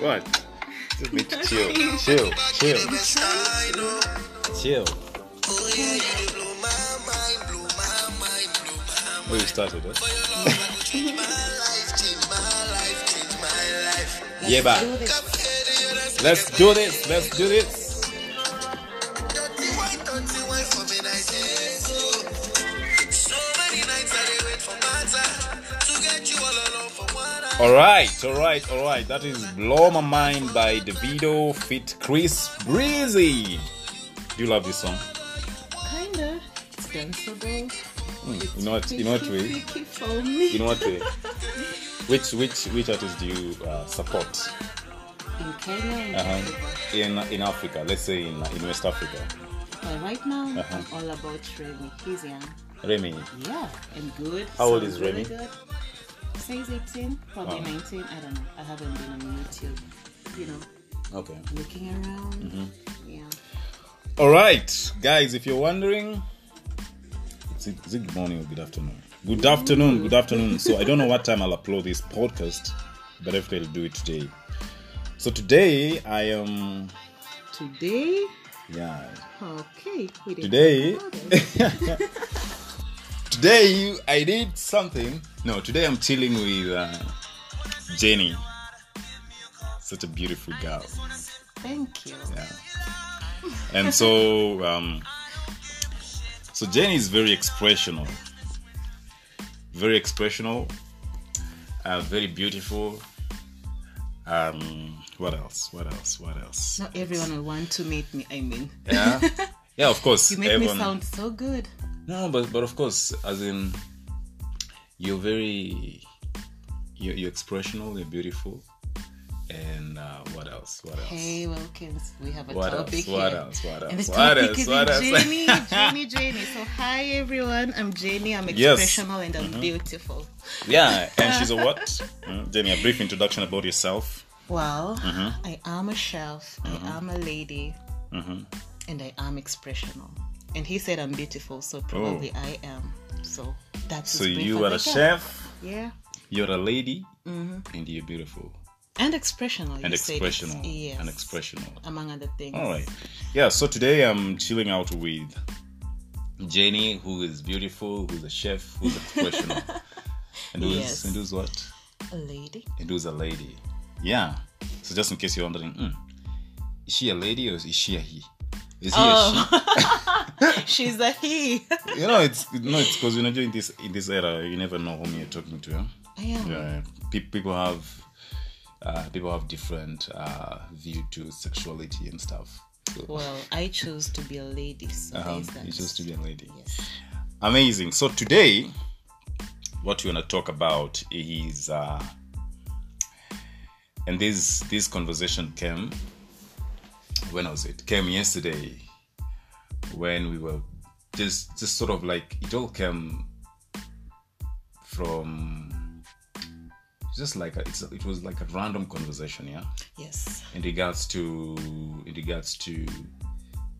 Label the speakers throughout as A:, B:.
A: What? Just need to chill, chill, chill, chill. We started it. yeah, but let's do this. Let's do this. All right, all right, all right. That is "Blow My Mind" by Davido feat. Chris Breezy. Do you love this song?
B: Kinda. It's danceable.
A: Hmm, You know what? You know what way?
B: Freaky for me.
A: You know what way? Which which which artist do you uh, support?
B: In Kenya and
A: Uh-huh.
B: Africa.
A: In in Africa, let's say in in West Africa,
B: But right now,
A: Uh-huh.
B: I'm all about Remy. He's young.
A: Remy.
B: Yeah, and good.
A: How old
B: Sounds
A: is
B: really
A: Remy?
B: good. Says 18, probably
A: Oh.
B: 19. I don't know. I haven't been on YouTube. You know,
A: Okay.
B: looking around.
A: Mm-hmm.
B: Yeah.
A: All right, guys. If you're wondering, it's it, is it good morning or good afternoon? Good afternoon. Good afternoon. So I don't know what time I'll upload this podcast, but hopefully I'll do it today. So today I am
B: Today,
A: yeah
B: okay. We didn't
A: Today-
B: talk about it.
A: today I did something. No, today I'm chilling with uh, Jenny. Such a beautiful girl.
B: Thank you.
A: Yeah. And so, um, so Jenny is very expressional, very expressional, uh, very beautiful. Um, what else? What else? What else?
B: Not everyone will want to meet me. I mean,
A: Yeah, yeah. Of course,
B: you make
A: everyone-
B: me sound so good.
A: no, but but of course, as in, you're very, you're, you're expressional, you're beautiful, and uh, what else? What else?
B: Hey, Wilkins, we have a
A: What else?
B: topic
A: What
B: here.
A: else? What
B: And
A: else?
B: the
A: What
B: topic
A: else?
B: is
A: What else?
B: Jenny, Jenny, Jenny. So, hi everyone. I'm Jenny. I'm
A: Yes. Mm-hmm.
B: expressional and I'm beautiful.
A: Yeah, and she's a what? Mm, Jenny, a brief introduction about yourself.
B: Well,
A: Mm-hmm.
B: I am a chef. I am a lady,
A: Mm-hmm.
B: and I am expressional. And he said I'm beautiful, so probably I am. So that's
A: Oh. So
B: as brief
A: you
B: as
A: are
B: I
A: a
B: get.
A: chef,
B: Yeah.
A: you're a lady, and you're beautiful
B: And expressional.
A: and
B: Mm-hmm. you said it's-
A: expressional.
B: Yes.
A: And expressional.
B: Among other things.
A: All right. Yeah, so today I'm chilling out with Jenny, who is beautiful, who's a chef, who's expressional. and who's
B: Yes.
A: and who's what?
B: A lady.
A: And who's a lady. Yeah. So just in case you're wondering, mm, is she a lady or is she a he? Is he a she?
B: She's a he.
A: you know it's no it's because you know during this in this era you never know whom you're talking to yeah?
B: I am.
A: yeah pe- people have uh, people have different uh, view to sexuality and stuff so
B: Well, I chose to be a lady. So
A: um,
B: there's that.
A: it's just to be a lady
B: Yes.
A: amazing so today what we want to talk about is uh, and this this conversation came when was it came yesterday when we were just just sort of like it all came from just like a, it's, it was like a random conversation yeah
B: Yes.
A: in regards to in regards to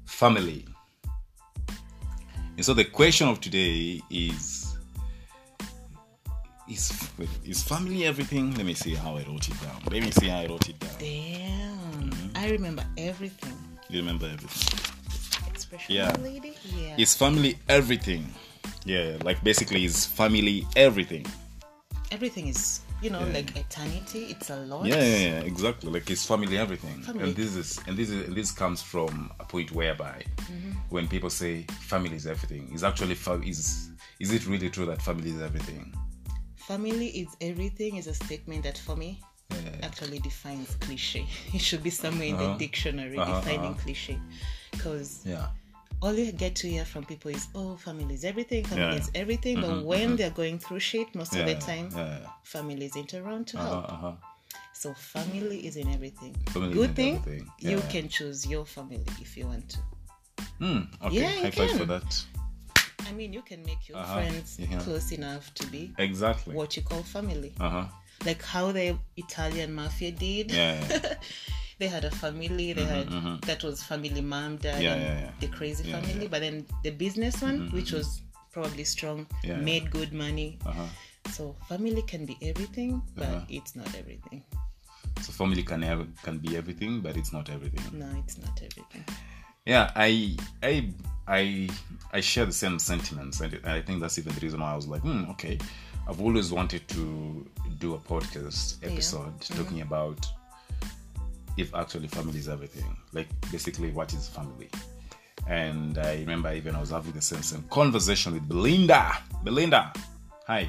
A: family. And so the question of today is is is family everything? Let me see how I wrote it down. Let me see how I wrote it down.
B: Damn.
A: Mm-hmm.
B: I remember everything.
A: You remember everything.
B: Expressional
A: Yeah.
B: lady. Yeah.
A: Is family everything? Yeah, like basically is family everything.
B: everything is you know like eternity it's a lot
A: Yeah, yeah, yeah, exactly. Like it's family everything.
B: Family.
A: And this is and this is and this comes from a point whereby
B: Mm-hmm.
A: when people say family is everything, is actually fa- is is it really true that family is everything?
B: family is everything is a statement that for me actually defines cliche it should be somewhere in
A: Uh-huh.
B: the dictionary defining cliche because
A: Yeah.
B: all you get to hear from people is oh family is everything family
A: Yeah. Mm-hmm,
B: is everything but when they're going through shit most
A: Yeah,
B: of the time Oh.
A: yeah, yeah.
B: family isn't around to
A: Uh,
B: help
A: uh-huh.
B: so family is in everything
A: Family is
B: good
A: in
B: thing
A: everything.
B: you
A: Yeah.
B: can choose your family if you want to
A: Hmm, okay.
B: Yeah, you
A: High five for
B: can.
A: that.
B: i mean you can make your
A: Uh-huh.
B: friends
A: Yeah.
B: close enough to be
A: Exactly.
B: what you call family
A: Uh huh.
B: like how the Italian mafia did.
A: Yeah, yeah, yeah.
B: They had a family. They had that was family mom, dad,
A: Yeah,
B: and
A: yeah, yeah.
B: the crazy
A: Yeah, Mm-hmm,
B: family. But then the business one, which was probably strong,
A: Yeah, yeah.
B: made good money.
A: Uh-huh.
B: So family can be everything, but
A: Uh-huh.
B: it's not everything.
A: So family can have, can be everything, but it's not everything.
B: No, it's not everything.
A: Yeah, I I I I share the same sentiments, and I think that's even the reason why I was like, hmm, okay, I've always wanted to do a podcast episode talking about if actually family is everything, like basically what is family. And I remember even I was having the same same conversation with Belinda. Belinda, hi.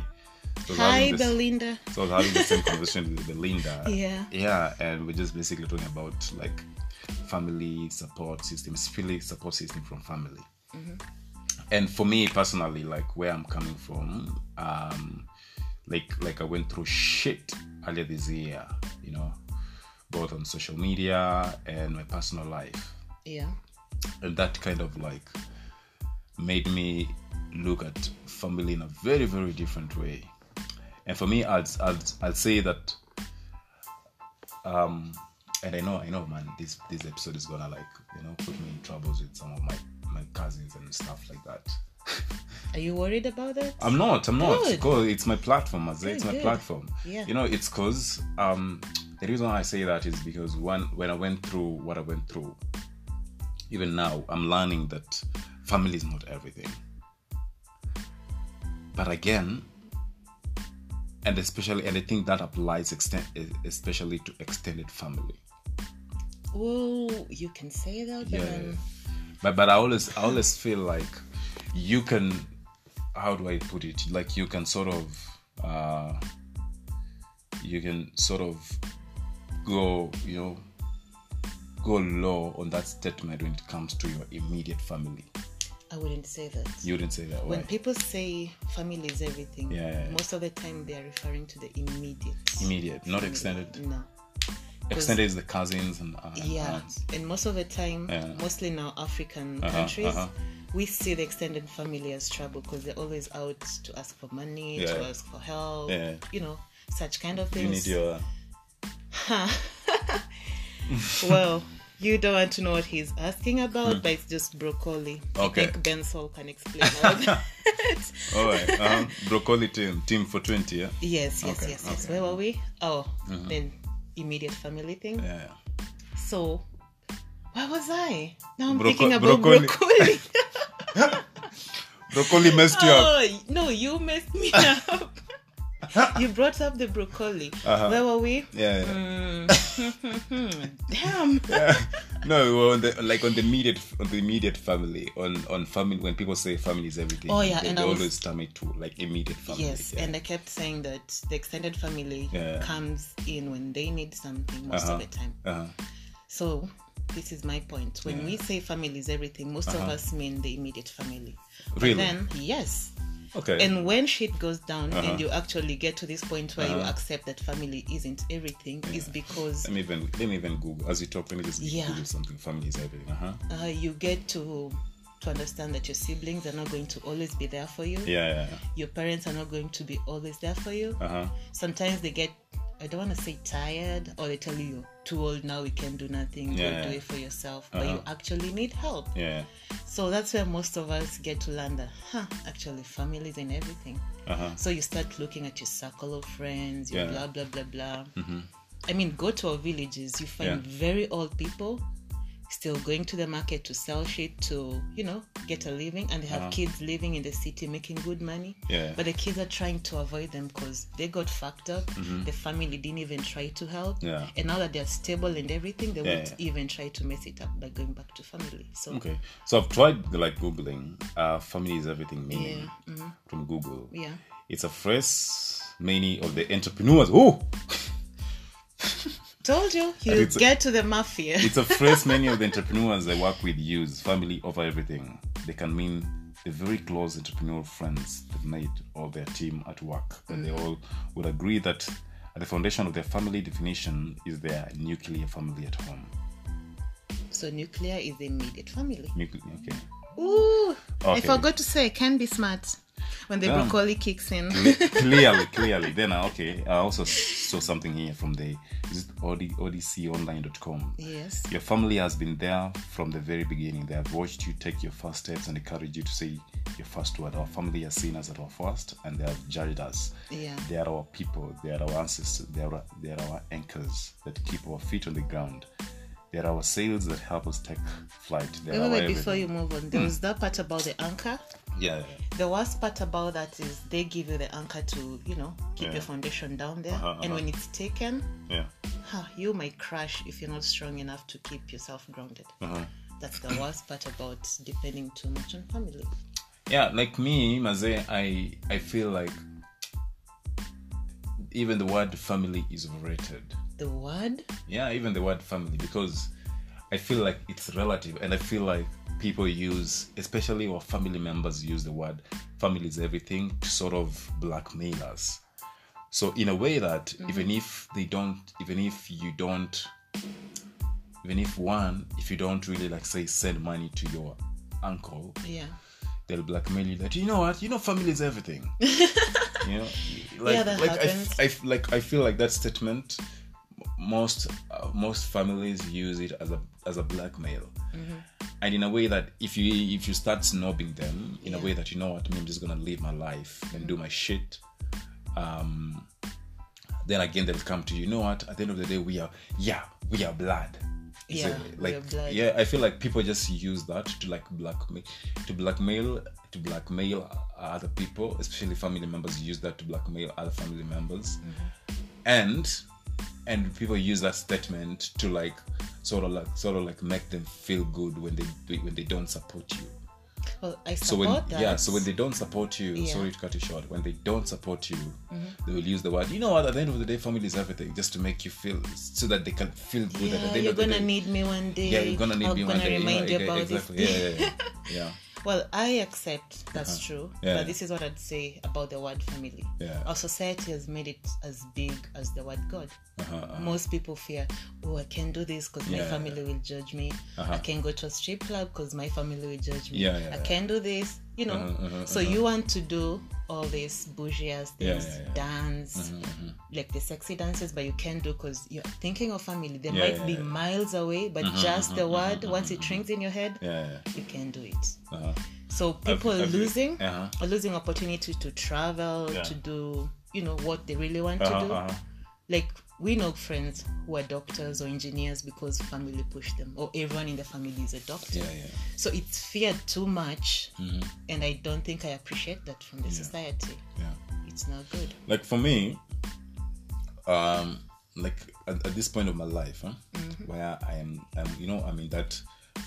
A: So I was
B: Hi,
A: having this-
B: Belinda.
A: so I was having the same conversation with Belinda.
B: Yeah.
A: Yeah, and we're just basically talking about like family support systems, family support system from family. And for me personally, like where I'm coming from, um, like like I went through shit earlier this year, you know, both on social media and my personal life
B: Yeah.
A: and that kind of like made me look at family in a very very different way and for me i'd i'd, I'd say that um and i know i know man this this episode is gonna like you know put me in troubles with some of my my cousins and stuff like that
B: Are you worried about that?
A: i'm not i'm not
B: Good.
A: because it's my platform as it's my
B: Good, good.
A: platform
B: Yeah.
A: you know it's because um the reason why i say that is because one when i went through what i went through even now i'm learning that family is not everything but again and especially and i think that applies extend, especially to extended family
B: Whoa, you can say that, but
A: yeah,
B: um,
A: but but I always I always feel like you can how do I put it like you can sort of uh, you can sort of go you know go low on that statement when it comes to your immediate family.
B: I wouldn't say that.
A: You didn't say that.
B: When
A: Why?
B: people say family is everything,
A: Yeah.
B: most of the time they are referring to the immediate.
A: Immediate, not
B: family.
A: extended. Uh-huh.
B: No.
A: Extended is the cousins and, uh, and
B: Yeah.
A: aunts.
B: And most of the time,
A: Yeah.
B: mostly in our African
A: Uh-huh,
B: countries,
A: uh-huh.
B: we see the extended family as trouble because they're always out to ask for money, to
A: Yeah.
B: ask for help,
A: Yeah.
B: you know, such kind of
A: You need
B: things.
A: your
B: well, you don't want to know what he's asking about, but it's just broccoli.
A: Hmm. Okay.
B: I think Ben Sol can explain all that.
A: all right uh-huh. broccoli team team for twenty. Yeah.
B: yes, yes,
A: Okay,
B: yes, yes.
A: okay. Mm-hmm.
B: Where were we? Oh, then immediate family thing.
A: Yeah.
B: So, where was I? Now I'm
A: Brocco-
B: thinking about
A: broccoli.
B: broccoli.
A: Broccoli messed you up.
B: oh, no, you messed me up. you brought up the broccoli.
A: Uh-huh.
B: Where were we?
A: Yeah. yeah.
B: Damn.
A: No, we were on the like on the immediate on the immediate family on on family when people say family is everything.
B: Oh, yeah,
A: they,
B: and
A: they
B: I was-
A: always term it to like immediate family.
B: Yes,
A: yeah.
B: and I kept saying that the extended family
A: Yeah.
B: comes in when they need something most of
A: Uh-huh.
B: the time.
A: uh-huh.
B: So, this is my point. When we say family is everything, most of us mean the immediate family. But
A: Uh-huh. Really?
B: Then, yes.
A: okay.
B: And when shit goes down
A: Uh-huh.
B: and you actually get to this point where you accept that family isn't everything, is because
A: let me even let me even Google as you talk. Let me just
B: Yeah.
A: Google something. Family is everything. Uh huh.
B: uh, you get to to understand that your siblings are not going to always be there for you.
A: Yeah. yeah.
B: Your parents are not going to be always there for you.
A: Uh huh.
B: sometimes they get I don't want to say tired or they tell you you're too old now we can do nothing go
A: Yeah. Uh-huh.
B: do it for yourself but you actually need help
A: Yeah.
B: so that's where most of us get to land that huh actually families and everything
A: Uh huh.
B: so you start looking at your circle of friends your
A: Yeah. Mm-hmm.
B: blah blah blah blah I mean go to our villages you find
A: Yeah.
B: very old people still going to the market to sell shit to you know get a living and they have kids living in the city making good money
A: Uh-huh. Yeah.
B: but the kids are trying to avoid them because they got fucked up the family didn't even try to help
A: Mm-hmm. Yeah.
B: and now that they're stable and everything they
A: Yeah,
B: won't even try to mess it up by going back to family so
A: Okay. So I've tried like googling. Uh, family is everything meaning
B: mm-hmm.
A: from Google.
B: yeah
A: It's a phrase many of the entrepreneurs. Oh.
B: told you you
A: it's a-
B: get to the mafia
A: It's a phrase many of the entrepreneurs I work with use family over everything. They can mean the very close entrepreneurial friends they've made or their team at work. And they all would agree that at the foundation of their family definition is their nuclear family at home.
B: so nuclear is the immediate family
A: Nuclear, okay.
B: Ooh, I
A: Okay.
B: forgot to say, can be smart when the
A: Damn.
B: broccoli kicks in.
A: clearly, clearly. Then, uh, okay, I also s- saw something here from the is it OD, odconline.com.
B: yes.
A: Your family has been there from the very beginning. They have watched you take your first steps and encouraged you to say refers to as our family as sinners at our first, and they have judged us.
B: Yeah.
A: They are our people. They are our ancestors. They are, they are our anchors that keep our feet on the ground. They are our sails that help us take flight. They
B: Wait,
A: are
B: wait,
A: our
B: wait, before
A: everything.
B: you move on,
A: Hmm.
B: there was that part about the anchor.
A: Yeah, yeah, yeah.
B: The worst part about that is they give you the anchor to, you know, keep
A: Yeah.
B: your foundation down there.
A: Uh-huh,
B: And
A: uh-huh.
B: when it's taken,
A: yeah.
B: huh, you might crash if you're not strong enough to keep yourself grounded.
A: Uh-huh.
B: That's the worst part about depending too much on family.
A: yeah like me maze i i feel like even the word family is overrated
B: The word,
A: yeah even the word family because i feel like it's relative and i feel like people use especially our family members use the word family is everything to sort of blackmail us so in a way that even if they don't even if you don't even if one if you don't really like say send money to your uncle
B: yeah.
A: they'll blackmail you that you know what you know family is everything you know like
B: Yeah, that
A: like I,
B: happens.
A: f- I f- like i feel like that statement m- most uh, most families use it as a as a blackmail and in a way that if you if you start snobbing them in a
B: Yeah. Mm-hmm.
A: way that you know what i'm just gonna live my life and do my shit um then again they'll come to you, you know what at the end of the day we are yeah we are blood Is
B: Yeah,
A: it-
B: we
A: like
B: are blood.
A: yeah i feel like people just use that to like blackmail to blackmail to blackmail other people especially family members use that to blackmail other family members and and people use that statement to like sort of like sort of like make them feel good when they when they don't support you
B: Well, I
A: so
B: support
A: when
B: that.
A: yeah so when they don't support you
B: Yeah. Mm-hmm.
A: sorry to cut you short when they don't support you they will use the word you know what at the end of the day family is everything just to make you feel so that they can feel good that at
B: yeah,
A: the end
B: you're
A: of the
B: gonna
A: day
B: need me one day.
A: yeah you're gonna need
B: I'm
A: me
B: gonna
A: one day you know,
B: remind you
A: yeah,
B: about
A: exactly
B: this.
A: yeah yeah yeah,
B: Well, I accept that's true,
A: Uh-huh. Yeah.
B: but this is what I'd say about the word family.
A: Yeah.
B: Our society has made it as big as the word God.
A: yeah. Uh-huh, uh-huh.
B: Most people fear, oh, I can't do this because my
A: Yeah. Uh-huh.
B: family will judge me. I can't go to a strip club because my family will judge me.
A: Yeah, yeah,
B: I
A: yeah.
B: can't do this, you know.
A: Uh-huh, uh-huh,
B: so you want to do all these bougie ass
A: Yeah,
B: things,
A: yeah, Mm-hmm, yeah.
B: dance, like the sexy dances, but you can't do because you're thinking of family. They
A: Yeah,
B: might
A: yeah,
B: be
A: yeah. Mm-hmm,
B: miles away, but just the word, once it rings in your head,
A: yeah yeah
B: you can do it.
A: uh-huh.
B: So people
A: I've-
B: are losing,
A: uh-huh.
B: are losing opportunity to travel,
A: Yeah.
B: to do, you know, what they really want
A: Uh-huh,
B: to do.
A: uh-huh.
B: Like we know friends who are doctors or engineers because family pushed them, or everyone in the family is a doctor.
A: yeah Mm-hmm. yeah
B: So it's feared too much, and I don't think I appreciate that from the society.
A: yeah
B: It's not good.
A: like for me um like at, at this point of my life huh, where i am I'm, you know i'm in that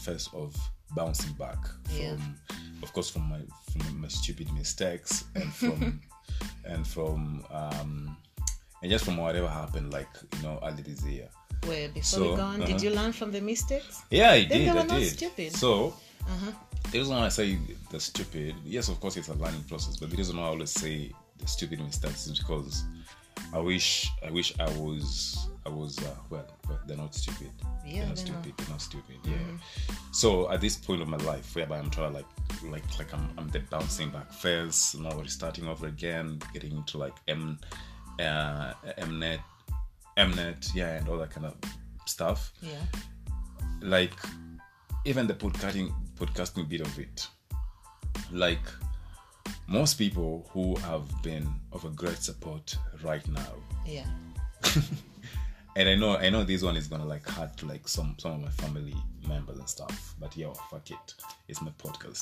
A: phase of bouncing back from
B: Yeah.
A: of course from my from my stupid mistakes and from and from um and just from whatever happened like you know early this year
B: Where before
A: So,
B: we go on,
A: uh-huh.
B: did you learn from the mistakes?
A: yeah, I
B: Then
A: did.
B: they were
A: I
B: not
A: did.
B: stupid. Uh-huh.
A: So the reason why I say the stupid, yes, of course, it's a learning process, but the reason why I always say the stupid mistakes is because I wish, I wish I was, I was. Uh, well, well, they're not stupid.
B: Yeah,
A: they're not
B: they're Mm-hmm.
A: stupid. They're not stupid. Yeah. So at this point of my life, whereby I'm trying to like, like, like I'm, I'm the bouncing back first, now we're starting over again, getting into like M, uh, Mnet, Mnet, yeah, and all that kind of stuff
B: Yeah,
A: like even the podcasting podcasting bit of it like most people who have been of a great support right now
B: yeah,
A: and i know i know this one is gonna like hurt like some some of my family members and stuff but yeah fuck it it's my podcast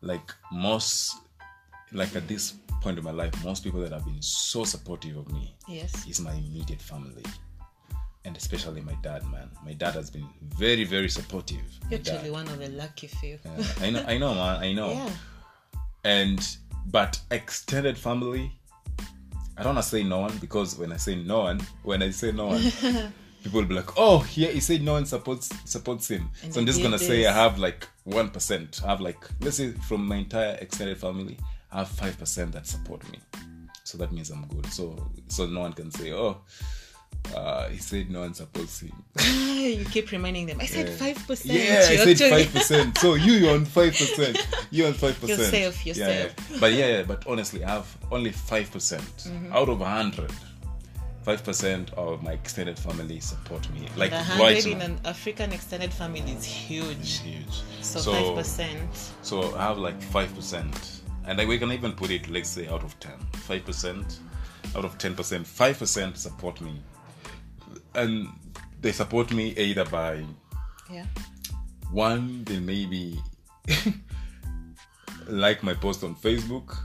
A: like most like at this point in my life most people that have been so supportive of me
B: yes,
A: is my immediate family and especially my dad man my dad has been very very supportive My
B: you're
A: dad.
B: actually one of the lucky few.
A: Yeah, i know i know man i know
B: Yeah,
A: and but extended family i don't want to say no one because when i say no one when i say no one people will be like oh yeah he said no one supports supports him
B: And
A: so i'm
B: they
A: just
B: did
A: gonna say i
B: this.
A: have like 1% i have like let's say from my entire extended family i have 5% that support me so that means i'm good so so no one can say oh uh, he said no one supports him.
B: you keep reminding them. I said
A: Yeah.
B: five percent.
A: Yeah, I said five percent. So you you're on five percent. You're on five percent.
B: You're safe, you're
A: yeah,
B: safe. Mm-hmm.
A: yeah. But yeah, yeah, but honestly, I have only five percent out of a hundred. five percent of my extended family support me. Like
B: The
A: right
B: 100 in
A: now.
B: an African extended family is huge.
A: It's huge.
B: So, 5%.
A: So I have like five percent, and like we can even put it, let's say, out of ten. Five percent, out of ten percent, five percent support me, and they support me either by
B: Yeah.
A: one, they maybe like my post on Facebook.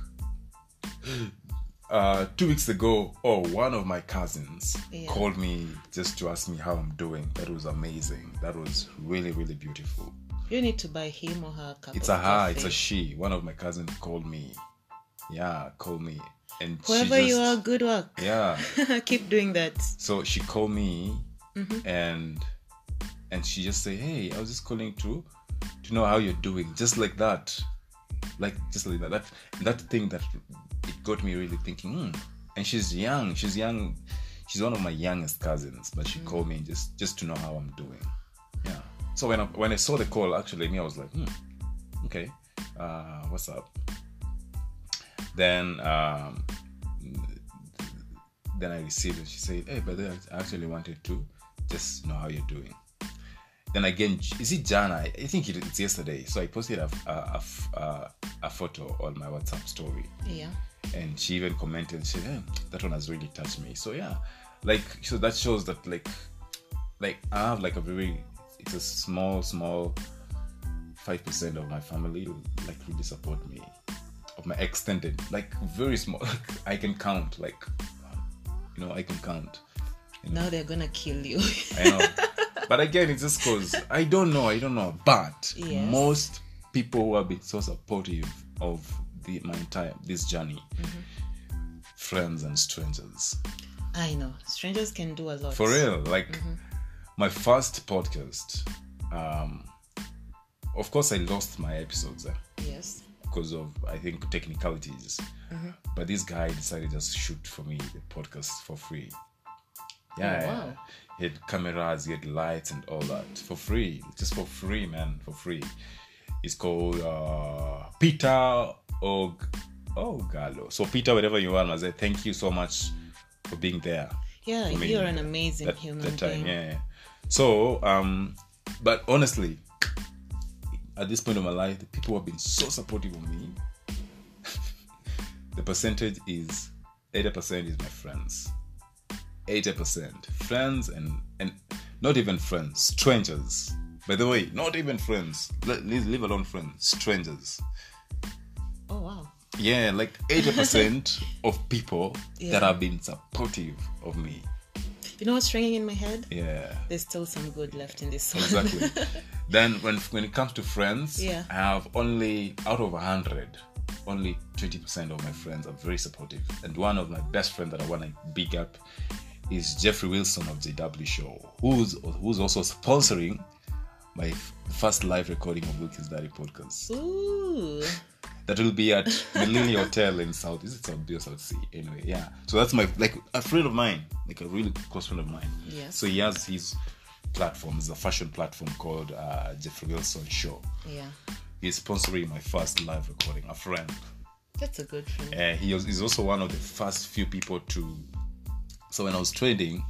A: Uh, two weeks ago, oh, one of my cousins
B: Yeah.
A: called me just to ask me how I'm doing. That was amazing. That was really, really beautiful.
B: You need to buy him or her a cup
A: It's
B: of
A: a her,
B: coffee.
A: it's a she. One of my cousins called me. Yeah, called me. And
B: Whoever
A: she just,
B: you are, good work.
A: Yeah.
B: Keep doing that.
A: So she called me and and she just say, Hey, I was just calling to to know how you're doing. Just like that. Like just like that. That that thing that it got me really thinking, hmm. And she's young. She's young. She's one of my youngest cousins, but she called me just just to know how I'm doing. Yeah. So when I, when I saw the call, actually, me, I was like, hmm, okay, uh, what's up? Then um, then I received it. She said, hey, but I actually wanted to just know how you're doing. Then again, is it Jana? I I think it- it's yesterday. So I posted a, a, a f- a- a photo on my WhatsApp story
B: Yeah.
A: and she even commented and said, "Eh, "That one has really touched me." So yeah, like so that shows that like like I have like a very it's a small small five percent of my family like really support me of my extended like very small like I can count like you know I can count.
B: Now they're gonna kill you.
A: I know. but again, it's just because I don't know. I don't know. But
B: Yes.
A: most people who have been so supportive of the my entire this journey, friends and strangers,
B: I know. Strangers can do a lot.
A: for real. Like my first podcast. Um, of course, I lost my episodes eh?
B: Yes.
A: because of I think technicalities.
B: Uh-huh.
A: But this guy decided just to shoot for me the podcast for free. Yeah,
B: Oh,
A: yeah.
B: wow.
A: he had cameras, he had lights, and all that for free, just for free, man, for free. It's called uh, Peter Og Ogalo. So Peter, wherever you are, I say thank you so much for being there
B: Yeah,
A: for me,
B: you're an amazing
A: that,
B: human
A: that time.
B: being.
A: Yeah, yeah. So, um, but honestly, at this point of my life, the people who have been so supportive of me, the percentage is 80% is my friends. 80% friends and and not even friends, strangers. By the way, not even friends. Let, leave leave alone friends, strangers.
B: Oh wow.
A: Yeah, like 80% of people
B: Yeah.
A: that have been supportive of me.
B: You know what's ringing in my head?
A: Yeah.
B: There's still some good left in this one.
A: exactly. then when when it comes to friends,
B: Yeah.
A: I have only out of hundred, only twenty percent of my friends are very supportive. And one of my best friends that I want to big up is Jeffrey Wilson of JW Show, who's who's also sponsoring my f- first live recording of Wilkins Diary podcast.
B: Ooh.
A: That will be at Millennium Hotel in South. Is it South B or South C? Anyway, yeah. So that's my like a friend of mine, like a really close friend of mine.
B: Yes.
A: So he has his platform. It's a fashion platform called uh, Jeffrey Wilson Show.
B: Yeah.
A: He's sponsoring my first live recording. A friend.
B: That's a good friend.
A: Uh, he was, he's also one of the first few people to. So when I was trending,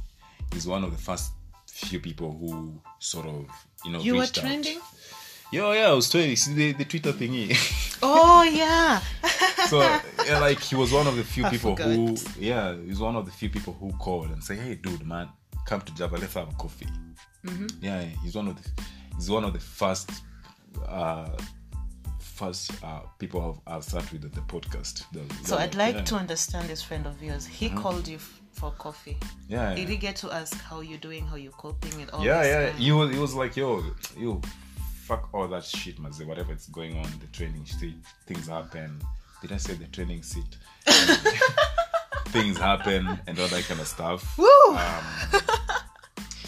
A: he's one of the first few people who sort of you know
B: You were
A: reached out.
B: trending?
A: Yeah, yeah, I was trending. See the, the Twitter thingy.
B: Oh yeah.
A: so yeah, like he was one of the few
B: I
A: people
B: forgot.
A: who yeah he was one of the few people who called and say hey dude man come to java let's have a coffee
B: Mm-hmm.
A: yeah he's one of the he's one of the first uh first uh people i've, I've started with the podcast The-
B: So
A: the-
B: I'd like
A: yeah. Mm-hmm.
B: to understand this friend of yours. He called you f- for coffee.
A: yeah
B: Did he get to ask how you're doing, how you're coping, and all
A: yeah
B: this
A: yeah
B: stuff?
A: he was he was like yo yo fuck all that shit man whatever it's going on the training shit things happen did i say the training seat things happen and all that kind of stuff Um,
B: Woo!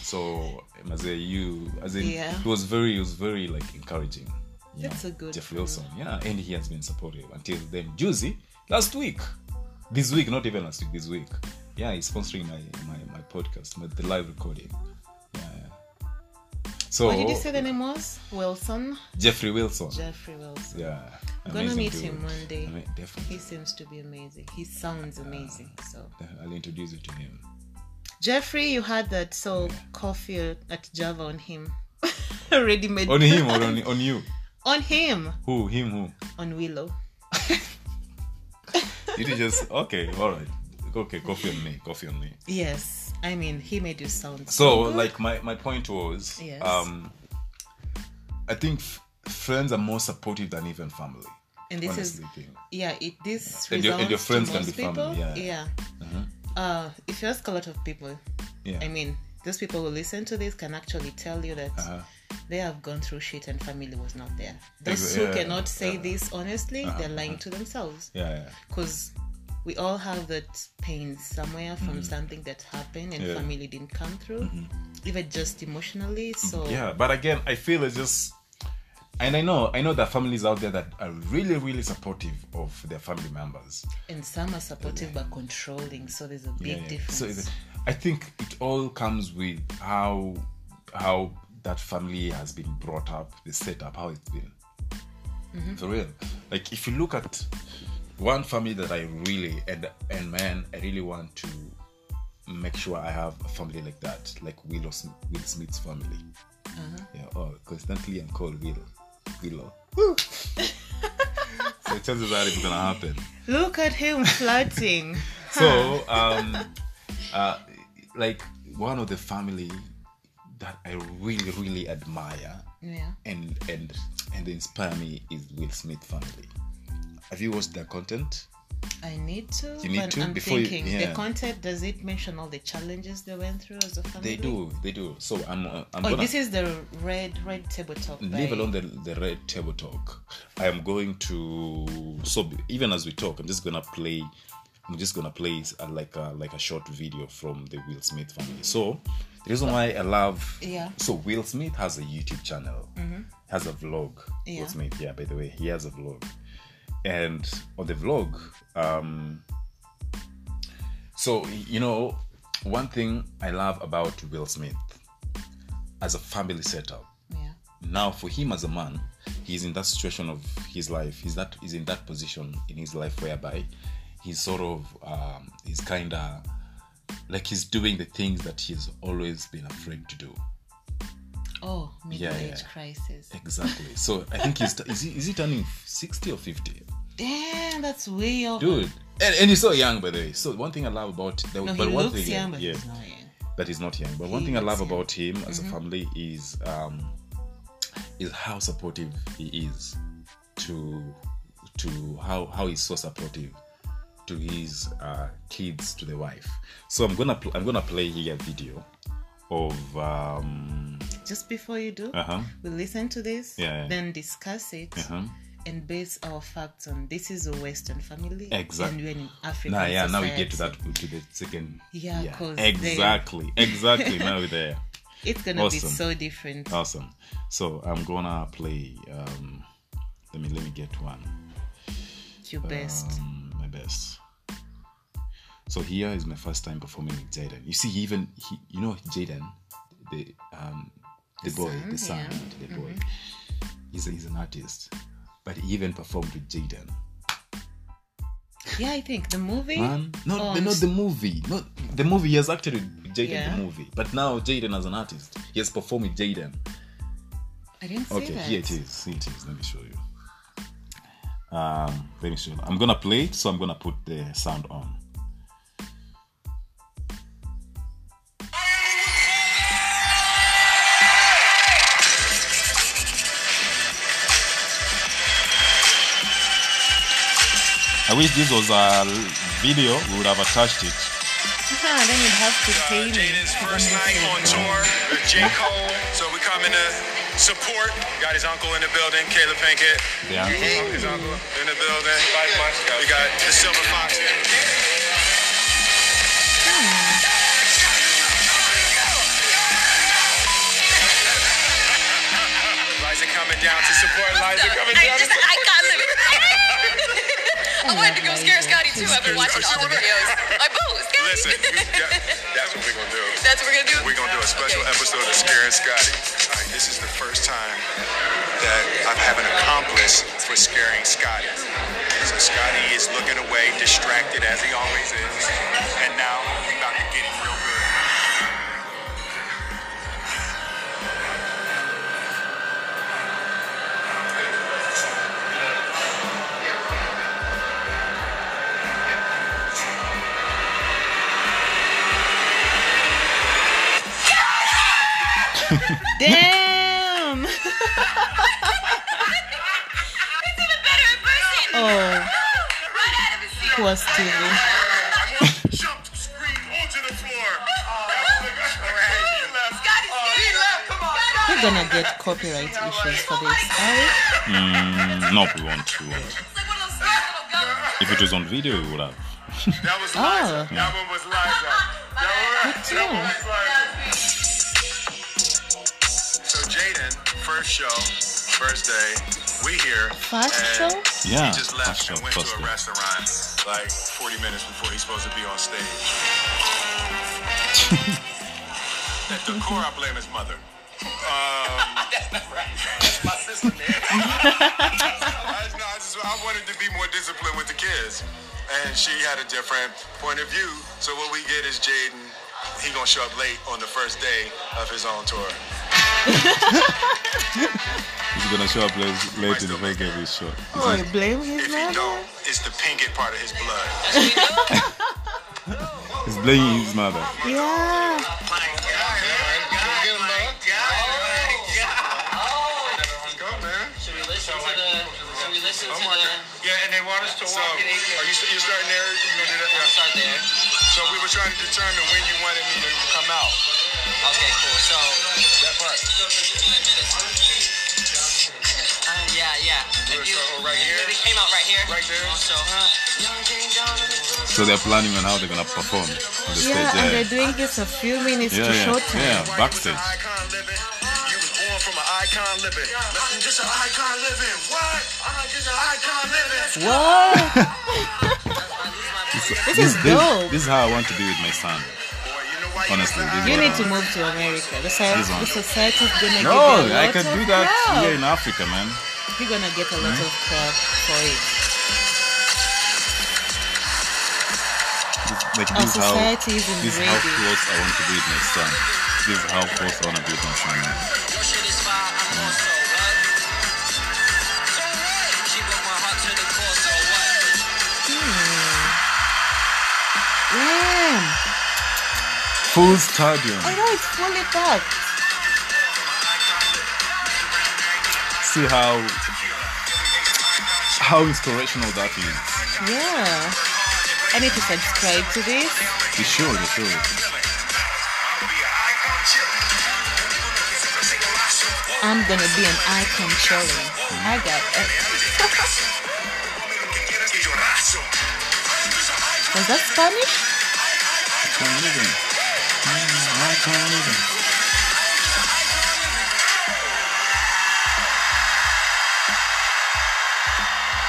A: So Mazay, you as in
B: Yeah.
A: he was very he was very like encouraging. you
B: That's a good
A: Jeff
B: friend.
A: Wilson. Yeah, and he has been supportive until then. Juicy last week. This week, not even last week, this week. Yeah, he's sponsoring my my, my podcast, my, the live recording. Yeah. So
B: What did you say the name was? Wilson?
A: Jeffrey Wilson.
B: Jeffrey Wilson.
A: yeah.
B: gonna
A: amazing
B: meet him one day.
A: I mean, definitely. Uh,
B: He seems to be amazing. He sounds amazing. So
A: I'll introduce you to him.
B: Jeffrey, you had that so coffee at Java on him. Already made
A: on him or on, on you?
B: on him.
A: Who? Him? Who?
B: On Willow.
A: It is just okay. All right. Okay, coffee on me. Coffee on me.
B: Yes. I mean he made you sound
A: So, like my my point was,
B: Yes.
A: um, I think f- friends are more supportive than even family.
B: and this
A: honestly,
B: is
A: thing.
B: yeah, it this
A: And your- and your
B: resounds to
A: friends can
B: most
A: be family,
B: people.
A: yeah. Uh-huh.
B: Uh if you ask a lot of people,
A: Yeah.
B: I mean those people who listen to this can actually tell you that
A: Uh-huh.
B: they have gone through shit and family was not there. Those
A: Exa-
B: who
A: yeah,
B: cannot say
A: yeah. Uh-huh,
B: this honestly, they're lying to themselves.
A: yeah, yeah.
B: because we all have that pain somewhere from something that happened and
A: Mm-hmm. Yeah. Mm-hmm.
B: family didn't come through even just emotionally so
A: yeah but again i feel it's just and i know i know there are families out there that are really really supportive of their family members
B: and some are supportive but controlling so there's a big difference
A: so it, i think it all comes with how how that family has been brought up the setup how it's been
B: Mm-hmm.
A: for real like if you look at one family that i really and and man i really want to make sure i have a family like that like willow Sm- will smith's family
B: Uh-huh.
A: yeah oh constantly i'm called willow willow Woo. so chances are it's gonna happen
B: look at him flirting
A: so um uh like one of the family that i really really admire
B: yeah
A: and and and inspire me is will smith family have you watched their content
B: i need to
A: You need
B: but
A: to
B: i'm
A: before you-
B: thinking
A: yeah.
B: the content does it mention all the challenges they went through as a family
A: they do they do so i'm uh, i'm
B: Mm-hmm. oh
A: gonna
B: this is the red red tabletop
A: leave
B: by-
A: alone the, the red table talk i am going to so even as we talk i'm just gonna play i'm just gonna play uh, like a like a short video from the will smith family so the reason why i love
B: Yeah. Mm-hmm.
A: so will smith has a youtube channel has a vlog
B: Yeah.
A: will smith yeah by the way he has a vlog and on the vlog um so y- you know one thing i love about will smith as a family setup
B: yeah
A: now for him as a man he's in that situation of his life he's that he's in that position in his life whereby he's sort of um, he's kind of like he's doing the things that he's always been afraid to do
B: oh middle
A: Yeah,
B: age
A: yeah.
B: crisis
A: exactly so i think he's is he, is he turning 60 or 50
B: damn that's way over
A: dude and, and he's so young by the way so one thing i love about the,
B: no he
A: but one
B: looks
A: thing
B: young but
A: yeah
B: he's not young
A: that he's not young but one
B: He Mm-hmm.
A: thing i love
B: looks young.
A: about him as a family is um is how supportive he is to to how how he's so supportive to his uh, kids to the wife so i'm gonna pl- i'm gonna play here a video of um
B: just before you do,
A: Uh-huh.
B: we listen to this,
A: Yeah, yeah.
B: then discuss it,
A: uh-huh.
B: and base our facts on this is a Western family,
A: Exact-
B: and we're in African.
A: now yeah now we get to
B: society.
A: that to the second
B: Yeah, 'cause they-
A: exactly exactly now we're there
B: It's gonna be
A: Awesome.
B: so different.
A: Awesome. So I'm gonna play. Um, let me let me get one.
B: Your best.
A: Um, my best. So here is my first time performing with Jaden. You see, he even he, you know Jaden, the um, the, boy,
B: son,
A: the son,
B: yeah. Mm-hmm.
A: the boy. He's, a, he's an artist, but he even performed with Jaden.
B: yeah, I think the movie.
A: Man, not the,
B: Um,
A: not the movie, not the movie. He has acted with Jaden
B: Yeah.
A: the movie, but now Jaden as an artist, he has performed with Jaden.
B: I didn't see
A: Okay,
B: that.
A: here it is. Here it is. Let me show you. Um, let me show you. I'm gonna play it, so I'm gonna put the sound on. I wish this was a video. We would have attached it.
B: Ah, then you'd have to
A: Uh,
B: pay me.
C: Jaden's
B: to
C: first night
B: understand.
C: on tour with J. Cole. So we coming to support. Got hhis uncle in the building, Caleb Pinkett.
A: The uncle.
C: His uncle in the building. We got the Silver Fox here. Liza coming down to support Liza coming
D: I
C: down.
D: just, I got living. I wanted to go scare Scotty too. I've been watching all the videos. Like, boo, Scotty.
C: Listen, you- that's what we're gonna do.
D: That's what we're gonna do.
C: We're gonna do a special
D: Okay.
C: episode of Scary Scotty. All right, this is the first time that I have an accomplice for scaring Scotty. So Scotty is looking away, distracted as he always is, and now we about to get him real good.
B: Damn.
D: It's even better in person.
B: Oh,
D: Right out of his seat.
B: poor Stevie.
C: Jumped, screamed onto the floor.
D: Oh, Scotty,
C: Oh,
D: Scotty.
B: We're gonna get copyright issues for this, are we?
A: No, Mm, we won't. We won't.
D: It's like one of those sweet little gums.
A: If it was on video, we would have.
C: That was
B: Oh.
C: Liza. That one was Liza. That one, that one was Liza. So Jaden, first show, first day, we here.
B: First
C: and
B: show?
A: Yeah,
C: He just left
A: first show,
C: and went to
A: first
C: a
A: day.
C: restaurant like 40 minutes before he's supposed to be on stage. At the core, I blame his mother.
E: My sister, man.
C: I, no, I just I wanted to be more disciplined with the kids, and she had a different point of view. So what we get is Jaden. He gonna show up late on the first day of his own tour.
A: He's gonna show up late, late in the very every show.
B: Oh, you blame his
C: If he
B: mother?
C: don't, it's the pinked part of his blood.
A: He's blaming his mother.
B: Yeah.
C: Go, man.
E: Should we listen to the? Should we listen to
C: Oh
E: the?
C: my God. Yeah, and they want us to
E: So,
C: walk. Are you you starting there? You gonna do that?
E: We'll
C: Yeah.
E: start there.
C: So we were trying to determine when you wanted me to come out.
E: Okay, cool. So
C: That part.
E: uh, yeah, yeah. If you,
C: so right
E: if
C: here?
E: It came out right here.
C: Right there?
E: Also, huh?
A: So they're planning on how they're gonna perform on the
B: Yeah,
A: stage.
B: and they're doing this a few minutes
A: uh, yeah,
B: to
A: yeah,
B: show
A: yeah,
B: time.
A: yeah. Backstage.
C: Icon living. You was born from an icon living. Nothing, just an icon living. What? I'm just an icon living.
B: Whoa, this is
A: This,
B: dope.
A: this is how I want to be with my son.
C: Boy, you know why
A: Honestly,
C: you
A: this
B: You
A: is
B: need
A: what
B: to
A: I want.
B: move to America. The, so-
A: This one.
B: the society's gonna give you a lot
A: No, I can
B: of
A: do that
B: crap.
A: here Hmm? in Africa, man.
B: You're gonna get a lot of crap for it.
A: This- Like
B: Our
A: this is how
B: society
A: this
B: isn't
A: is how
B: ready.
A: close I want to be with my son. This is how close I want to be with my son. man.
E: Your shit is fire. I'm also what? She broke my heart to the core. So
B: Hmm.
E: what?
B: Damn.
A: Full stadium.
B: I know Oh, it's fully packed.
A: See how how inspirational that is.
B: Yeah. I need to subscribe to this.
A: It should, it should.
B: I'm gonna be an icon chilling. I got it. Was that Spanish?
A: Can't live in. Mm, I can't live in.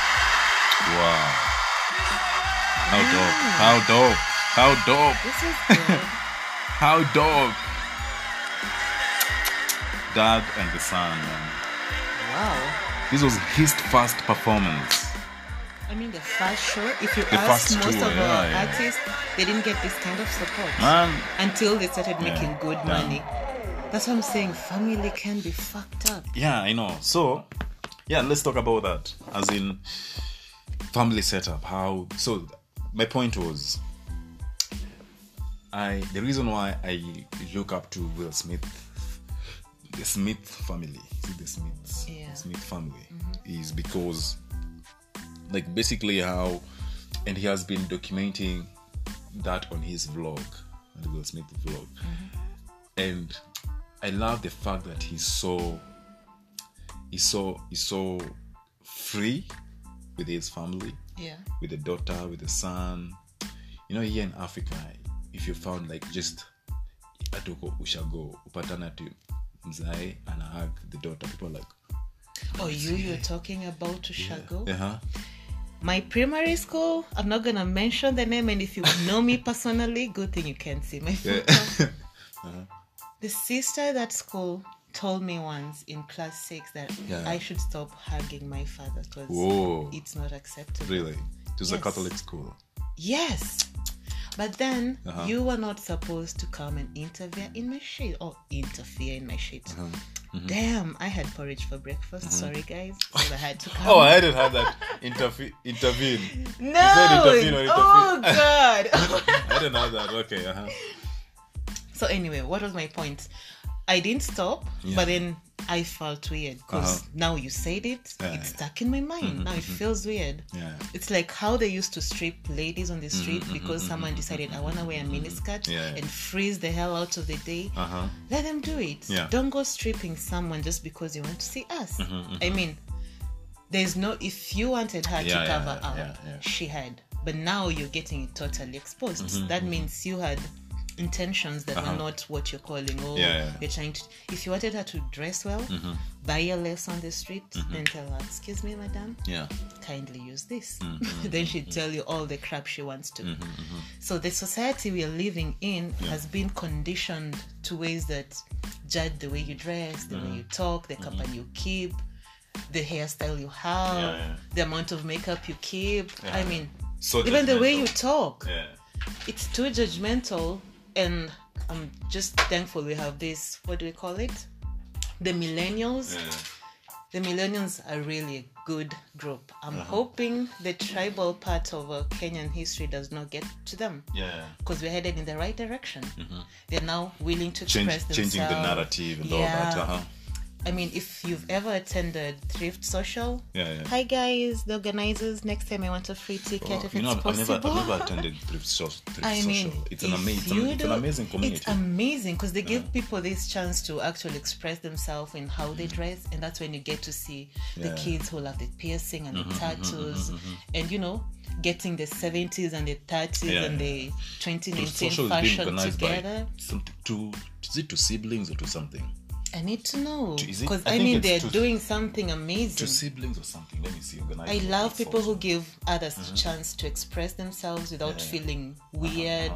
A: Wow. How dope. How dope. How dope.
B: This is good.
A: How dope. Dad and the son, man.
B: wow.
A: This was his first performance.
B: I mean, the first show, if you
A: The
B: ask
A: first
B: most
A: two,
B: of
A: yeah,
B: our
A: yeah.
B: artists, they didn't get this kind of support
A: Man,
B: until they started making good
A: yeah.
B: money. That's what I'm saying. Family can be fucked up.
A: Yeah, I know. So, yeah, let's talk about that. As in family setup. How so my point was I the reason why I look up to Will Smith the Smith family, see the Smiths,
B: Yeah.
A: Smith family is because like basically how and he has been documenting that on his vlog, the Will Smith vlog. And I love the fact that he's so he's so he's so free with his family,
B: Yeah.
A: with the daughter, with the son. You know, here in Africa, if you found like just atoko ushago upatana to mzae and hug the daughter, people are like,
B: Oh, you you're talking about Ushago?
A: uh huh,
B: My primary school, I'm not gonna mention the name, and if you know me personally, good thing you can see my
A: yeah,
B: photo. The sister at school told me once in class six that
A: Yeah.
B: I should stop hugging my father because
A: whoa,
B: it's not acceptable.
A: really? It was a
B: Yes.
A: Catholic school.
B: Yes. But then
A: Uh-huh.
B: you were not supposed to come and interfere in my shit or interfere in my shit.
A: Uh-huh. Mm-hmm.
B: Damn, I had porridge for breakfast. Sorry, guys. But I had to come.
A: Oh, I hadn't had that interfe- intervene.
B: no!
A: intervene or
B: Oh, God.
A: I didn't have that. Okay, uh huh.
B: so, anyway, what was my point? I didn't stop,
A: Yeah. Uh-huh.
B: but then I felt weird because now you said it,
A: Yeah, Mm-hmm,
B: it's
A: yeah.
B: stuck in my mind. Now it feels weird.
A: Yeah.
B: It's like how they used to strip ladies on the
A: Mm-hmm,
B: street because someone decided I want to wear a miniskirt
A: Yeah, yeah.
B: and freeze the hell out of the day.
A: Uh-huh.
B: Let them do it.
A: Yeah. Mm-hmm,
B: Don't go stripping someone just because you want to see us. I mean, there's no if you wanted her
A: Yeah,
B: to
A: yeah,
B: cover
A: yeah,
B: up,
A: yeah, yeah.
B: she had. But now you're getting it totally exposed.
A: Mm-hmm,
B: That means you had intentions that were not what you're calling. Oh,
A: Uh-huh. Yeah, Mm-hmm. yeah.
B: you're trying to. If you wanted her to dress well, buy her less on the street,
A: Mm-hmm.
B: then tell her, "Excuse me, madam,
A: Yeah.
B: kindly use this.
A: Mm-hmm,
B: then she'd tell you all the crap she wants to. So the society we are living in has been conditioned to ways that judge the way you dress, the
A: Mm-hmm.
B: way you talk, the company you keep, the hairstyle you have,
A: Yeah, yeah.
B: the amount of makeup you keep. I mean,
A: So
B: even the way
A: judgmental.
B: you talk,
A: Yeah.
B: it's too judgmental. And I'm just thankful we have this, what do we call it? The millennials
A: Yeah.
B: the millennials are really a good group. I'm
A: Uh-huh.
B: hoping the tribal part of uh, Kenyan history does not get to them
A: Yeah. Mm-hmm.
B: because we're headed in the right direction. They're now willing to
A: Change,
B: express themselves.
A: changing the narrative and all
B: Yeah.
A: that. Uh-huh.
B: I mean, if you've ever attended Thrift Social,
A: Yeah, yeah.
B: hi guys, the organizers. Next time I want a free ticket
A: Oh,
B: if
A: you know,
B: it's
A: I've, I've never,
B: possible.
A: I've never attended thrift, so, thrift
B: I mean,
A: social. It's an
B: if
A: amazing,
B: you
A: it's an
B: do-
A: amazing community.
B: It's amazing because they give people this chance to actually express themselves in how they dress, and that's when you get to see
A: Mm-hmm. Yeah. Mm-hmm,
B: the kids who love the piercing and the tattoos, and you know, getting the seventies and the thirties
A: Yeah.
B: and the twenty
A: Thrift
B: nineteen
A: social is being
B: fashion
A: organized
B: together.
A: by something to is it to siblings or to something
B: I need to know
A: Is it-
B: because
A: I
B: I,
A: think
B: mean
A: it's
B: they're
A: to-
B: doing something
A: to
B: amazing.
A: siblings or something. Let me see. Organized.
B: Mm. I
A: by
B: love
A: thrift
B: people
A: social.
B: who give others
A: Mm-hmm.
B: a chance to express themselves without feeling
A: Uh-huh.
B: weird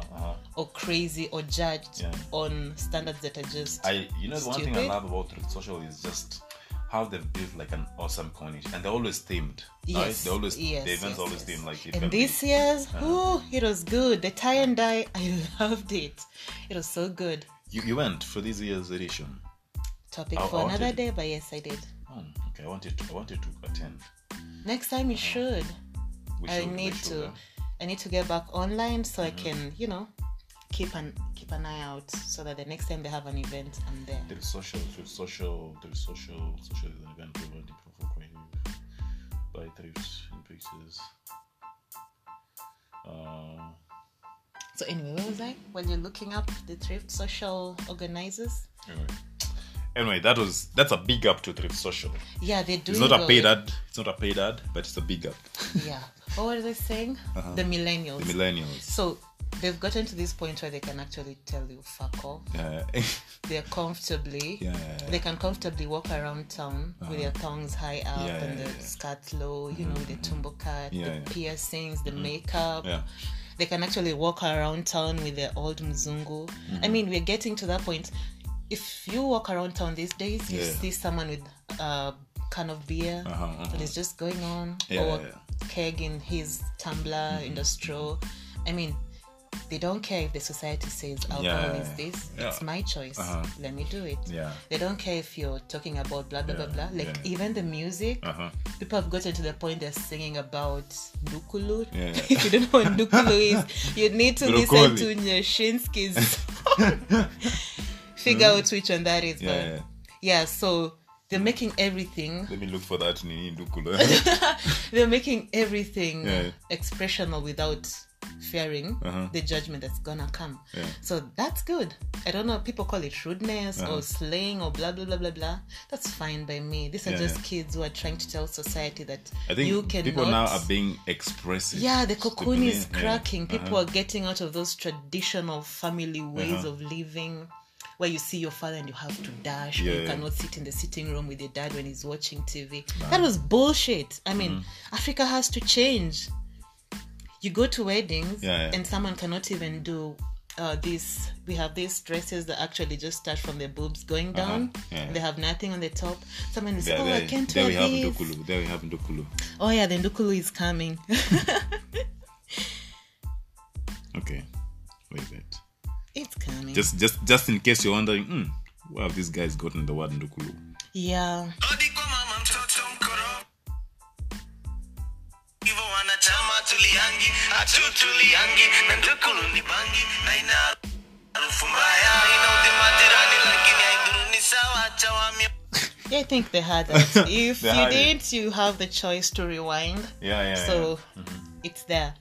B: or crazy or judged
A: Yeah.
B: on standards that are just.
A: I you know the one thing I
B: Stupid.
A: love about Truth Social is just how they've built like an awesome community and they're always themed. Right?
B: Yes,
A: They always
B: yes,
A: the events
B: yes,
A: always
B: yes.
A: themed like it can
B: And
A: be- uh-huh.
B: this year's, oh, it was good. The tie and dye, I loved it. It was so good.
A: you, you went for this year's edition.
B: Topic
A: I- I
B: for another
A: wanted-
B: day, but yes, I did.
A: Oh, okay, I wanted to I wanted to attend.
B: Next time you should.
A: Uh-huh. We
B: I
A: should- we
B: need
A: should, Mm-hmm.
B: to.
A: uh,
B: I need to get back online so I can, you know, keep an keep an eye out so that the next time they have an event, I'm there.
A: There is social, there is social, there is social, social is an event provided for creative by thrifts and pieces. Uh,
B: So anyway, where was I? While you're looking up the thrift social organizers,
A: anyway. anyway, that was that's a big up to thrift social.
B: yeah, they're
A: It's
B: doing.
A: not a
B: well.
A: paid ad. It's not a paid ad, but it's a big up.
B: Yeah. What was I saying? The millennials.
A: Uh-huh. The millennials.
B: so they've gotten to this point where they can actually tell you fuck off.
A: Uh,
B: They're comfortably.
A: Yeah, yeah, yeah. Uh-huh.
B: They can comfortably walk around town with their tongues high up
A: Yeah,
B: and
A: yeah,
B: the
A: yeah. Mm-hmm.
B: skirt low. You know, the tumble cut,
A: Yeah,
B: the
A: yeah.
B: piercings, the makeup.
A: yeah.
B: They can actually walk around town with their old mzungu. I
A: Mm-hmm.
B: mean, we're getting to that point. If you walk around town these days, you
A: Yeah.
B: see someone with a can of beer
A: Uh-huh, uh-huh.
B: that is just going on,
A: Yeah,
B: or
A: yeah, Mm-hmm,
B: keg in his tumbler in the straw. I mean, they don't care if the society says alcohol
A: Yeah,
B: is this.
A: yeah. Uh-huh.
B: It's my choice. Let me do it.
A: Yeah.
B: They don't care if you're talking about blah blah
A: Yeah,
B: blah blah. Like
A: yeah.
B: even the music,
A: Uh-huh.
B: people have gotten to the point they're singing about Ndukulu.
A: Yeah.
B: if you don't know what Ndukulu is, you need to listen
A: Brokoli.
B: to Nyashinsky's figure out which one that is.
A: Yeah,
B: but
A: yeah.
B: yeah, so they're making everything
A: Let me look for that Nini Ndukulu.
B: they're making everything
A: Yeah. Uh-huh.
B: expressional without fearing the judgment that's gonna come. So that's good. I don't know, people call it rudeness
A: Uh-huh.
B: or slang or blah blah blah blah blah. That's fine by me. These are
A: Yeah,
B: just
A: yeah.
B: kids who are trying to tell society that
A: I think
B: you cannot
A: people now are being expressive.
B: yeah, the cocoon
A: Stupid, Uh-huh.
B: is
A: yeah.
B: cracking. People are getting out of those traditional family
A: Uh-huh.
B: ways of living where you see your father and you have to dash, or
A: Yeah,
B: you
A: yeah.
B: cannot sit in the sitting room with your dad when he's watching TV. That was bullshit. I mean,
A: Mm-hmm.
B: Africa has to change. You go to weddings
A: Yeah, yeah.
B: and someone cannot even do. Uh, this we have these dresses that actually just start from the boobs going down.
A: Uh-huh. Yeah, yeah.
B: They have nothing on the top. Someone is
A: There,
B: oh I
A: there,
B: can't
A: there
B: wear
A: we have
B: this.
A: Ndukulu. There we have Ndukulu.
B: Oh yeah, the ndukulu is coming.
A: Okay. Where is it?
B: it's coming.
A: Just just just in case you're wondering, hmm, where have these guys gotten the word Ndukulu?
B: yeah.
C: hivyo wanachama tuliangi hatutuliangi na ndukulu ni bangi na ina harufu mbaya ina udhimatirani lakini haidhuruni
B: I think they had that. If
F: They
B: you
F: had it.
B: didn't, you have the choice to rewind.
F: Yeah, yeah.
B: So Mm-hmm. it's there.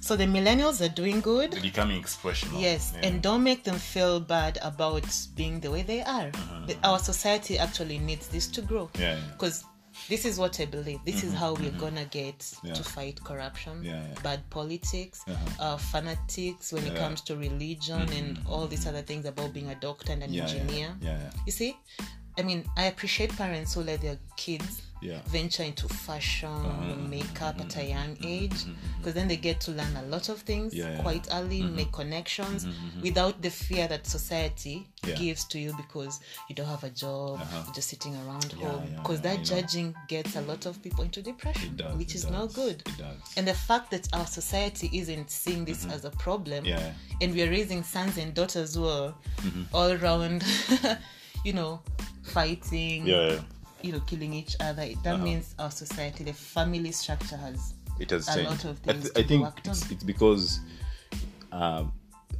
B: So the millennials are doing good.
F: yeah. becoming expressional.
B: Yes,
F: Yeah.
B: and don't make them feel bad about being the way they are. The- Our society actually needs this to grow.
F: Mm-hmm. Yeah, yeah. Mm-hmm,
B: Because this is what I believe. This is how we're gonna get to fight corruption,
F: Yeah, yeah. Uh-huh.
B: bad politics, uh, fanatics when it comes to religion and all these other things about being a doctor and an
F: Mm-hmm, yeah, yeah,
B: engineer.
F: yeah, yeah.
B: You see, I mean, I appreciate parents who let their kids
F: Yeah.
B: venture into fashion,
F: Uh-huh.
B: makeup at
F: Mm-hmm.
B: a young age, because then they get to learn a lot of things
F: Yeah, Mm-hmm. yeah,
B: quite early, make connections without the fear that society
F: Yeah. Uh-huh.
B: gives to you because you don't have a job, you're just sitting around home.
F: yeah,
B: Because
F: yeah, I
B: that
F: know.
B: judging gets a lot of people into depression,
F: It does,
B: which
F: it
B: is no
F: does,
B: good.
F: It does.
B: And the fact that our society isn't seeing
A: Mm-hmm.
B: this as a problem,
F: Yeah.
B: and we are raising sons and daughters who are
A: Mm-hmm.
B: all round, you know, fighting,
A: Yeah, Uh-huh. yeah.
B: you know, killing each other. That means our society, the family structure has.
A: It has
B: A
A: changed.
B: lot of
A: I,
B: things
A: I
B: to
A: think
B: work
A: it's,
B: on.
A: it's because um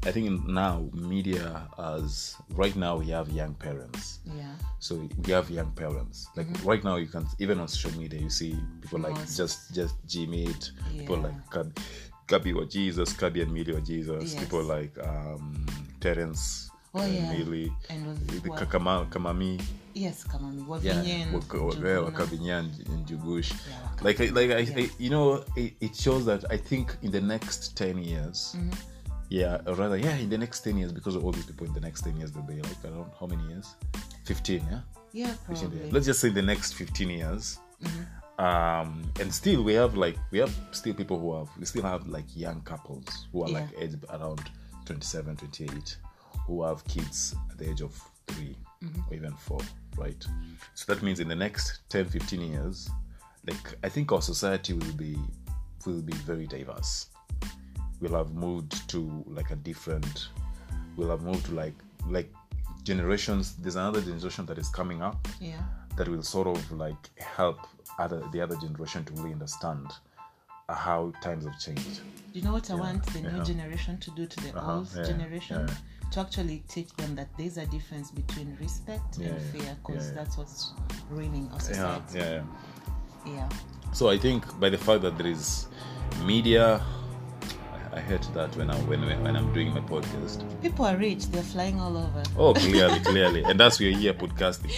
A: I think now media as right now we have young parents.
B: Yeah.
A: so we have young parents like right now you can even on social media you see people like
B: Mm-hmm. Most-
A: just just gmate people
B: Yeah.
A: like Kab- kabi or jesus kabi and millie or jesus
B: Yes.
A: people like um terence
B: Oh,
A: and
B: yeah.
A: millie
B: And
A: the
B: was, wa-
A: Kakama, kamami
B: yes, Kamami.
A: yeah
B: Wavinyen,
A: Waka- yeah,
B: Juguna.
A: Wakabinya and and jugush
B: Yeah,
A: like
B: Wakabinya,
A: I- like I,
B: yeah.
A: I you know it, it shows that i think in the next 10 years
B: Mm-hmm.
A: yeah or rather yeah in the next 10 years because of all these people in the next 10 years they'll be like around how many years 15 yeah
B: Yeah,
A: in the-
B: probably. Mm-hmm.
A: let's just say the next 15 years um and still we have like we have still people who have we still have like young couples who are
B: Yeah.
A: like age around 27 28 who have kids at the age of 3
B: Mm-hmm.
A: or even four right so that means in the next 10 15 years like i think our society will be will be very diverse we'll have moved to like a different we'll have moved to like like generations there's another generation that is coming up
B: Yeah.
A: that will sort of like help other the other generation to really understand how times have changed
B: You know what I want the new
A: yeah.
B: generation to do to the
A: Uh-huh,
B: old
A: yeah,
B: generation?
A: yeah.
B: To actually teach them that there's a difference between respect
A: Yeah,
B: and
A: yeah,
B: fear, because
A: yeah, yeah.
B: that's what's ruining our
A: yeah,
B: society.
A: yeah
B: yeah.
A: so i think by the fact that there is media i, I hate that when i when, when i'm doing my podcast
B: People are rich, they're flying all over.
A: oh clearly clearly and that's we're here podcasting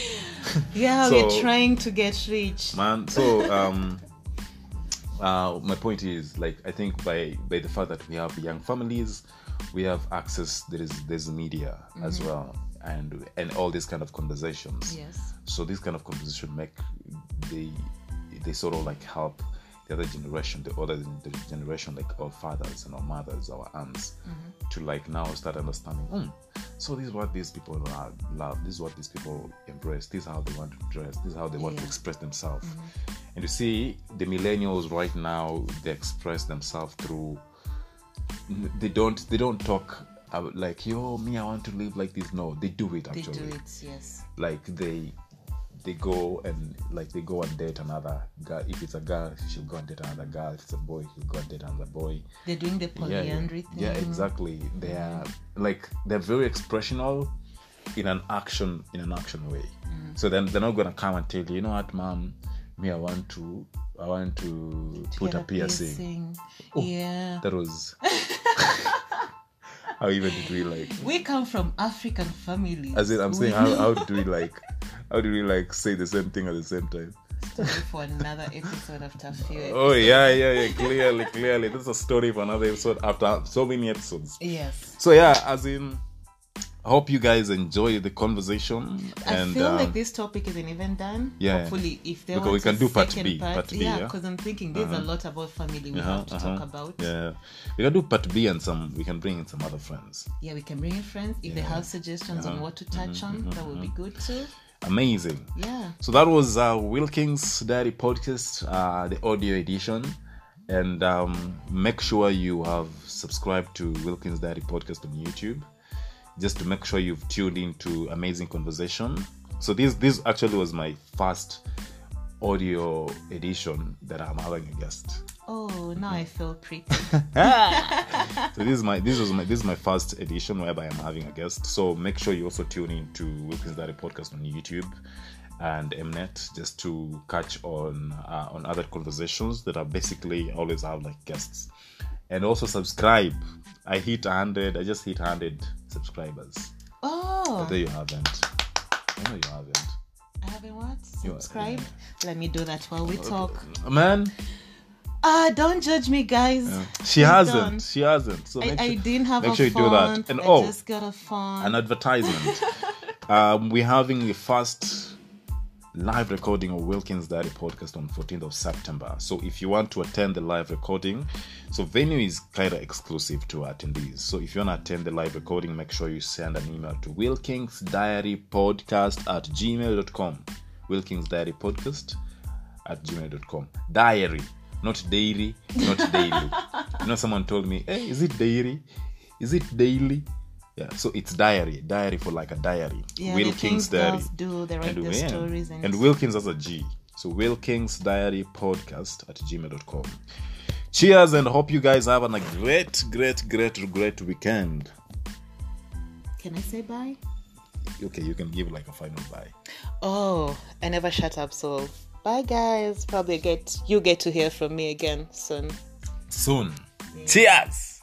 B: Yeah,
A: So-
B: we're trying to get rich.
A: man so um uh my point is like i think by by the fact that we have young families we have access there is there's media as well and and all these kind of conversations
B: Yes.
A: so this kind of conversation make they they sort of like help the other generation the other the generation like our fathers and our mothers our aunts
B: Mm-hmm.
A: to like now start understanding "Hmm, so this is what these people are love this is what these people embrace this is how they want to dress this is how they want to
B: Yeah. Mm-hmm.
A: express themselves and you see the millennials right now they express themselves through they don't they don't talk about like yo me i want to live like this no they do it
B: They
A: actually
B: do it, yes.
A: like they they go and like they go and date another girl if it's a girl she'll go and date another girl if it's a boy he'll go and date another boy
B: They're doing Oh, the
A: yeah, yeah.
B: polyandry thing.
A: Yeah, exactly they are like they're very expressional in an action in an action way
B: Mm.
A: so then they're not gonna come and tell you you know what mom me i want to i want to, put a
B: Get
A: piercing, Oh,
B: piercing. yeah.
A: that was how even did we like
B: We come from African families.
A: as in i'm
B: We
A: saying how, how do we like how do we like say the same thing at the same time
B: story for another episode after few.
A: Oh yeah, yeah, yeah. Clearly, clearly, this is a story for another episode after so many episodes.
B: Yes.
A: So yeah, as in, I hope you guys enjoy the conversation. and
B: I feel
A: um,
B: like this topic isn't even done.
A: Yeah.
B: Hopefully, if there
A: Because we
B: was
A: can
B: a
A: do part
B: second
A: B, part B,
B: yeah,
A: yeah.
B: because I'm thinking there's a lot about family we
A: uh-huh,
B: have to
A: uh-huh.
B: talk about.
A: Yeah, we can do part B and some. We can bring in some other friends.
B: Yeah, we can bring in friends if they have suggestions
A: Uh-huh.
B: on what to
A: Mm-hmm,
B: touch on. That would be good too.
A: Amazing.
B: Yeah.
A: So that was uh, Wilkins Diary Podcast, uh, the audio edition. And um, make sure you have subscribed to Wilkins Diary Podcast on YouTube, just to make sure you've tuned into amazing conversation. So this this actually was my first audio edition that I'm having a guest.
B: Oh, now
A: Mm-hmm.
B: I feel pretty.
A: So this is my this was my this is my first edition whereby I'm having a guest. So make sure you also tune in to Wilkins Daddy Podcast on YouTube and Mnet just to catch on uh, on other conversations that are basically always have like guests, and also subscribe. I hit hundred. I just hit hundred subscribers.
B: Oh,
A: But there you haven't. I know you haven't.
B: I haven't what?
A: You are- Oh,
B: Subscribed? Let me do that while we talk.
A: Man,
B: Ah, don't judge me, guys.
A: she
B: I'm
A: hasn't.
B: done.
A: She hasn't. So
B: I,
A: make
B: I
A: sure-
B: didn't have
A: make
B: a
A: sure you do that.
B: font.
A: And
B: I
A: oh,
B: just got a font.
A: an advertisement. um, we're having the first live recording of Wilkins Diary podcast on 14th of September. So if you want to attend the live recording, so venue is kind of exclusive to attendees. So if you want to attend the live recording, make sure you send an email to wilkingsdiarypodcast at gmail.com. Wilkins Diary Podcast at gmail.com. Diary, not dairy, not daily. you know, someone told me, hey, is it dairy? Is it daily? Yeah, so it's diary, diary for like a diary.
B: yeah, the
A: Wilkins
B: things
A: Diary.
B: girls do. They write their
A: yeah.
B: stories and,
A: And Wilkins has a G. So Wilkins Diary Podcast at gmail.com. Cheers and hope you guys have an- a great, great, great, great weekend.
B: can I say bye?
A: Okay, you can give like a final bye.
B: Oh, I never shut up. So bye, guys. Probably get you get to hear from me again soon.
A: Soon. Cheers!